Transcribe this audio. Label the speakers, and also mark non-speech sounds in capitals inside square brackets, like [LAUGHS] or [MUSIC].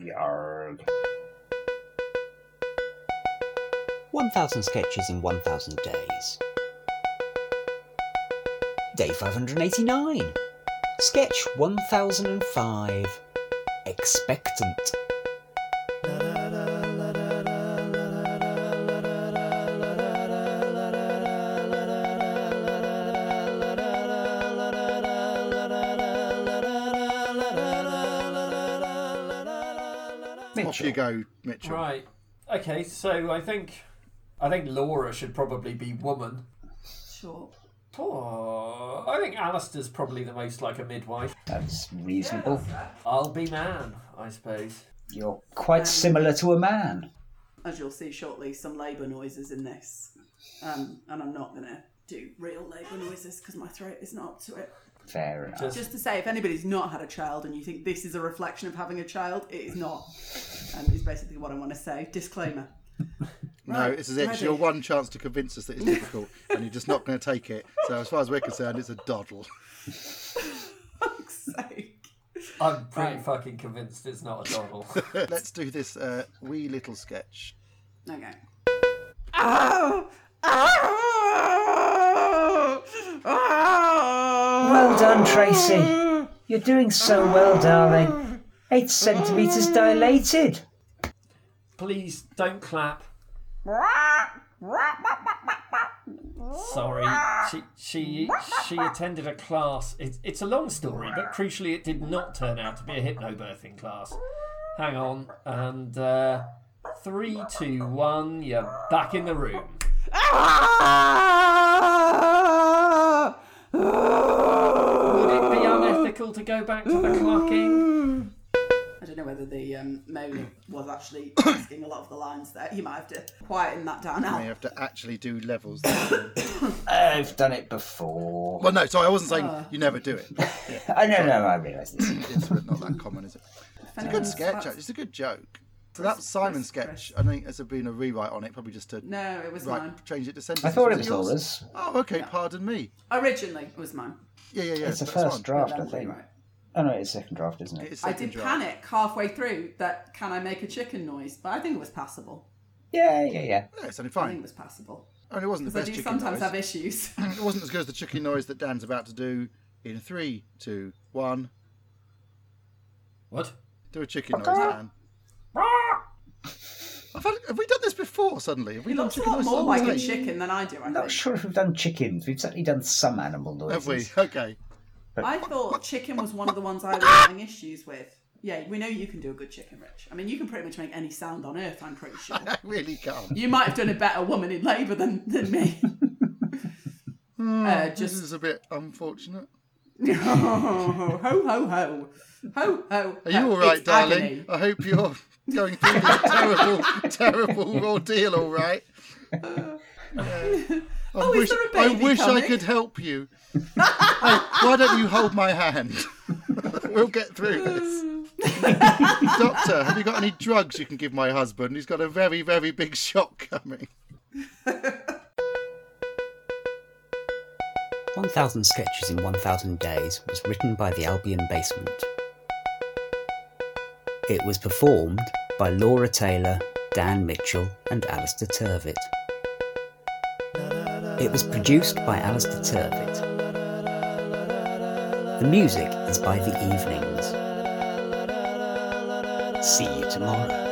Speaker 1: Yarg.
Speaker 2: 1000 Sketches in 1000 Days. Day 589. Sketch 1005. Expectant.
Speaker 3: Mitch, you go, Mitchell.
Speaker 4: Right. Okay, so I think I think Laura should probably be woman.
Speaker 5: Sure.
Speaker 4: Oh, I think Alistair's probably the most like a midwife.
Speaker 2: That's reasonable.
Speaker 4: I'll be man, I suppose.
Speaker 2: You're quite similar to a man.
Speaker 5: As you'll see shortly, some labour noises in this. Um, and I'm not going to do real labour noises because my throat is not up to it.
Speaker 2: Fair enough.
Speaker 4: Just,
Speaker 5: Just to say, if anybody's not had a child and you think this is a reflection of having a child, it is not. And is basically what I want to say. Disclaimer. [LAUGHS]
Speaker 3: No, this is it. It's
Speaker 5: ready.
Speaker 3: your one chance to convince us that it's difficult, [LAUGHS] and you're just not going to take it. So, as far as we're concerned, it's a doddle. [LAUGHS]
Speaker 5: Fuck's sake.
Speaker 4: I'm pretty fucking convinced it's not a doddle. [LAUGHS]
Speaker 3: Let's do this uh, wee little sketch.
Speaker 5: Okay. Ow! Ow! Ow!
Speaker 2: Well done, Tracy. You're doing so well, darling. Eight centimetres dilated.
Speaker 4: Please don't clap. Sorry, she she she attended a class. It, it's a long story, but crucially, it did not turn out to be a hypnobirthing class. Hang on, and uh, three, two, one, you're back in the room. Would it be unethical to go back to the clocking?
Speaker 5: I don't know whether the um, moaning was actually [COUGHS] asking a lot of the lines there. You might have to quieten that down
Speaker 3: You
Speaker 5: out.
Speaker 3: have to actually do levels. [COUGHS]
Speaker 2: I've done it before.
Speaker 3: well, no, sorry, I wasn't saying you never do it.
Speaker 5: Uh.
Speaker 2: I don't know, I realise this.
Speaker 3: [COUGHS] It's not that common, is it? It's a good sketch, actually. It's a good joke. So that Simon sketch, I think there's been a rewrite on it, probably just to
Speaker 5: No, it was
Speaker 3: right,
Speaker 5: mine.
Speaker 3: change it to sentence.
Speaker 2: I thought it was
Speaker 3: yours?
Speaker 2: Laura's.
Speaker 3: Oh, okay, pardon me.
Speaker 5: Originally, it was mine.
Speaker 3: Yeah, yeah, yeah.
Speaker 2: It's the
Speaker 3: that's
Speaker 2: first
Speaker 3: fine.
Speaker 2: draft, I
Speaker 5: Then
Speaker 2: think.
Speaker 5: rewrite.
Speaker 2: Oh, no, it's second draft, isn't it?
Speaker 3: It's
Speaker 5: I
Speaker 3: second
Speaker 5: did
Speaker 3: draft.
Speaker 5: panic halfway through that can I make a chicken noise, but I think it was passable.
Speaker 2: Yeah, yeah, yeah.
Speaker 3: Yeah, it sounded
Speaker 5: I think it
Speaker 3: fine.
Speaker 5: was passable.
Speaker 3: And it wasn't the best
Speaker 5: Because I do
Speaker 3: chicken
Speaker 5: sometimes
Speaker 3: noise.
Speaker 5: have issues. [LAUGHS]
Speaker 3: It wasn't as good as the chicken noise that Dan's about to do in three, two, one.
Speaker 4: What?
Speaker 3: Do a chicken noise, Dan. [LAUGHS] I've had, have we done this before suddenly? Have we
Speaker 5: It
Speaker 3: done
Speaker 5: looks a
Speaker 3: chicken
Speaker 5: lot
Speaker 3: noise
Speaker 5: more
Speaker 3: on
Speaker 5: like a
Speaker 3: tape?
Speaker 5: chicken than I do, I
Speaker 2: I'm not
Speaker 5: think.
Speaker 2: sure if we've done chickens. We've certainly done some animal noises.
Speaker 3: Have we? Okay. [LAUGHS]
Speaker 5: I thought chicken was one of the ones I was having issues with. Yeah, we know you can do a good chicken, Rich. I mean, you can pretty much make any sound on earth, I'm
Speaker 3: [LAUGHS]
Speaker 5: pretty sure.
Speaker 3: I really can't.
Speaker 5: You might have done a better woman in labour than, than me.
Speaker 3: Hmm.
Speaker 5: uh,
Speaker 3: This
Speaker 5: just [LAUGHS]
Speaker 3: is a bit unfortunate.
Speaker 5: ho ho ho ho ho.
Speaker 3: Are you all right, darling? I hope you're [LAUGHS] going through this terrible, [LAUGHS] terrible ordeal all right. Yeah. I
Speaker 5: Uh, oh, is
Speaker 3: wish,
Speaker 5: there a
Speaker 3: I,
Speaker 5: baby
Speaker 3: wish I
Speaker 5: coming?
Speaker 3: could help you. Hey, why don't you hold my hand? [LAUGHS] we'll get through this.
Speaker 5: [LAUGHS]
Speaker 3: Doctor, have you got any drugs you can give my husband? He's got a very, very big shock coming.
Speaker 2: 1000 Sketches in 1000 Days was written by the Albion Basement. It was performed by Laura Taylor, Dan Mitchell, and Alistair Turvitt. It was produced by Alistair Turvitt. The music is by The Evenings. See you tomorrow.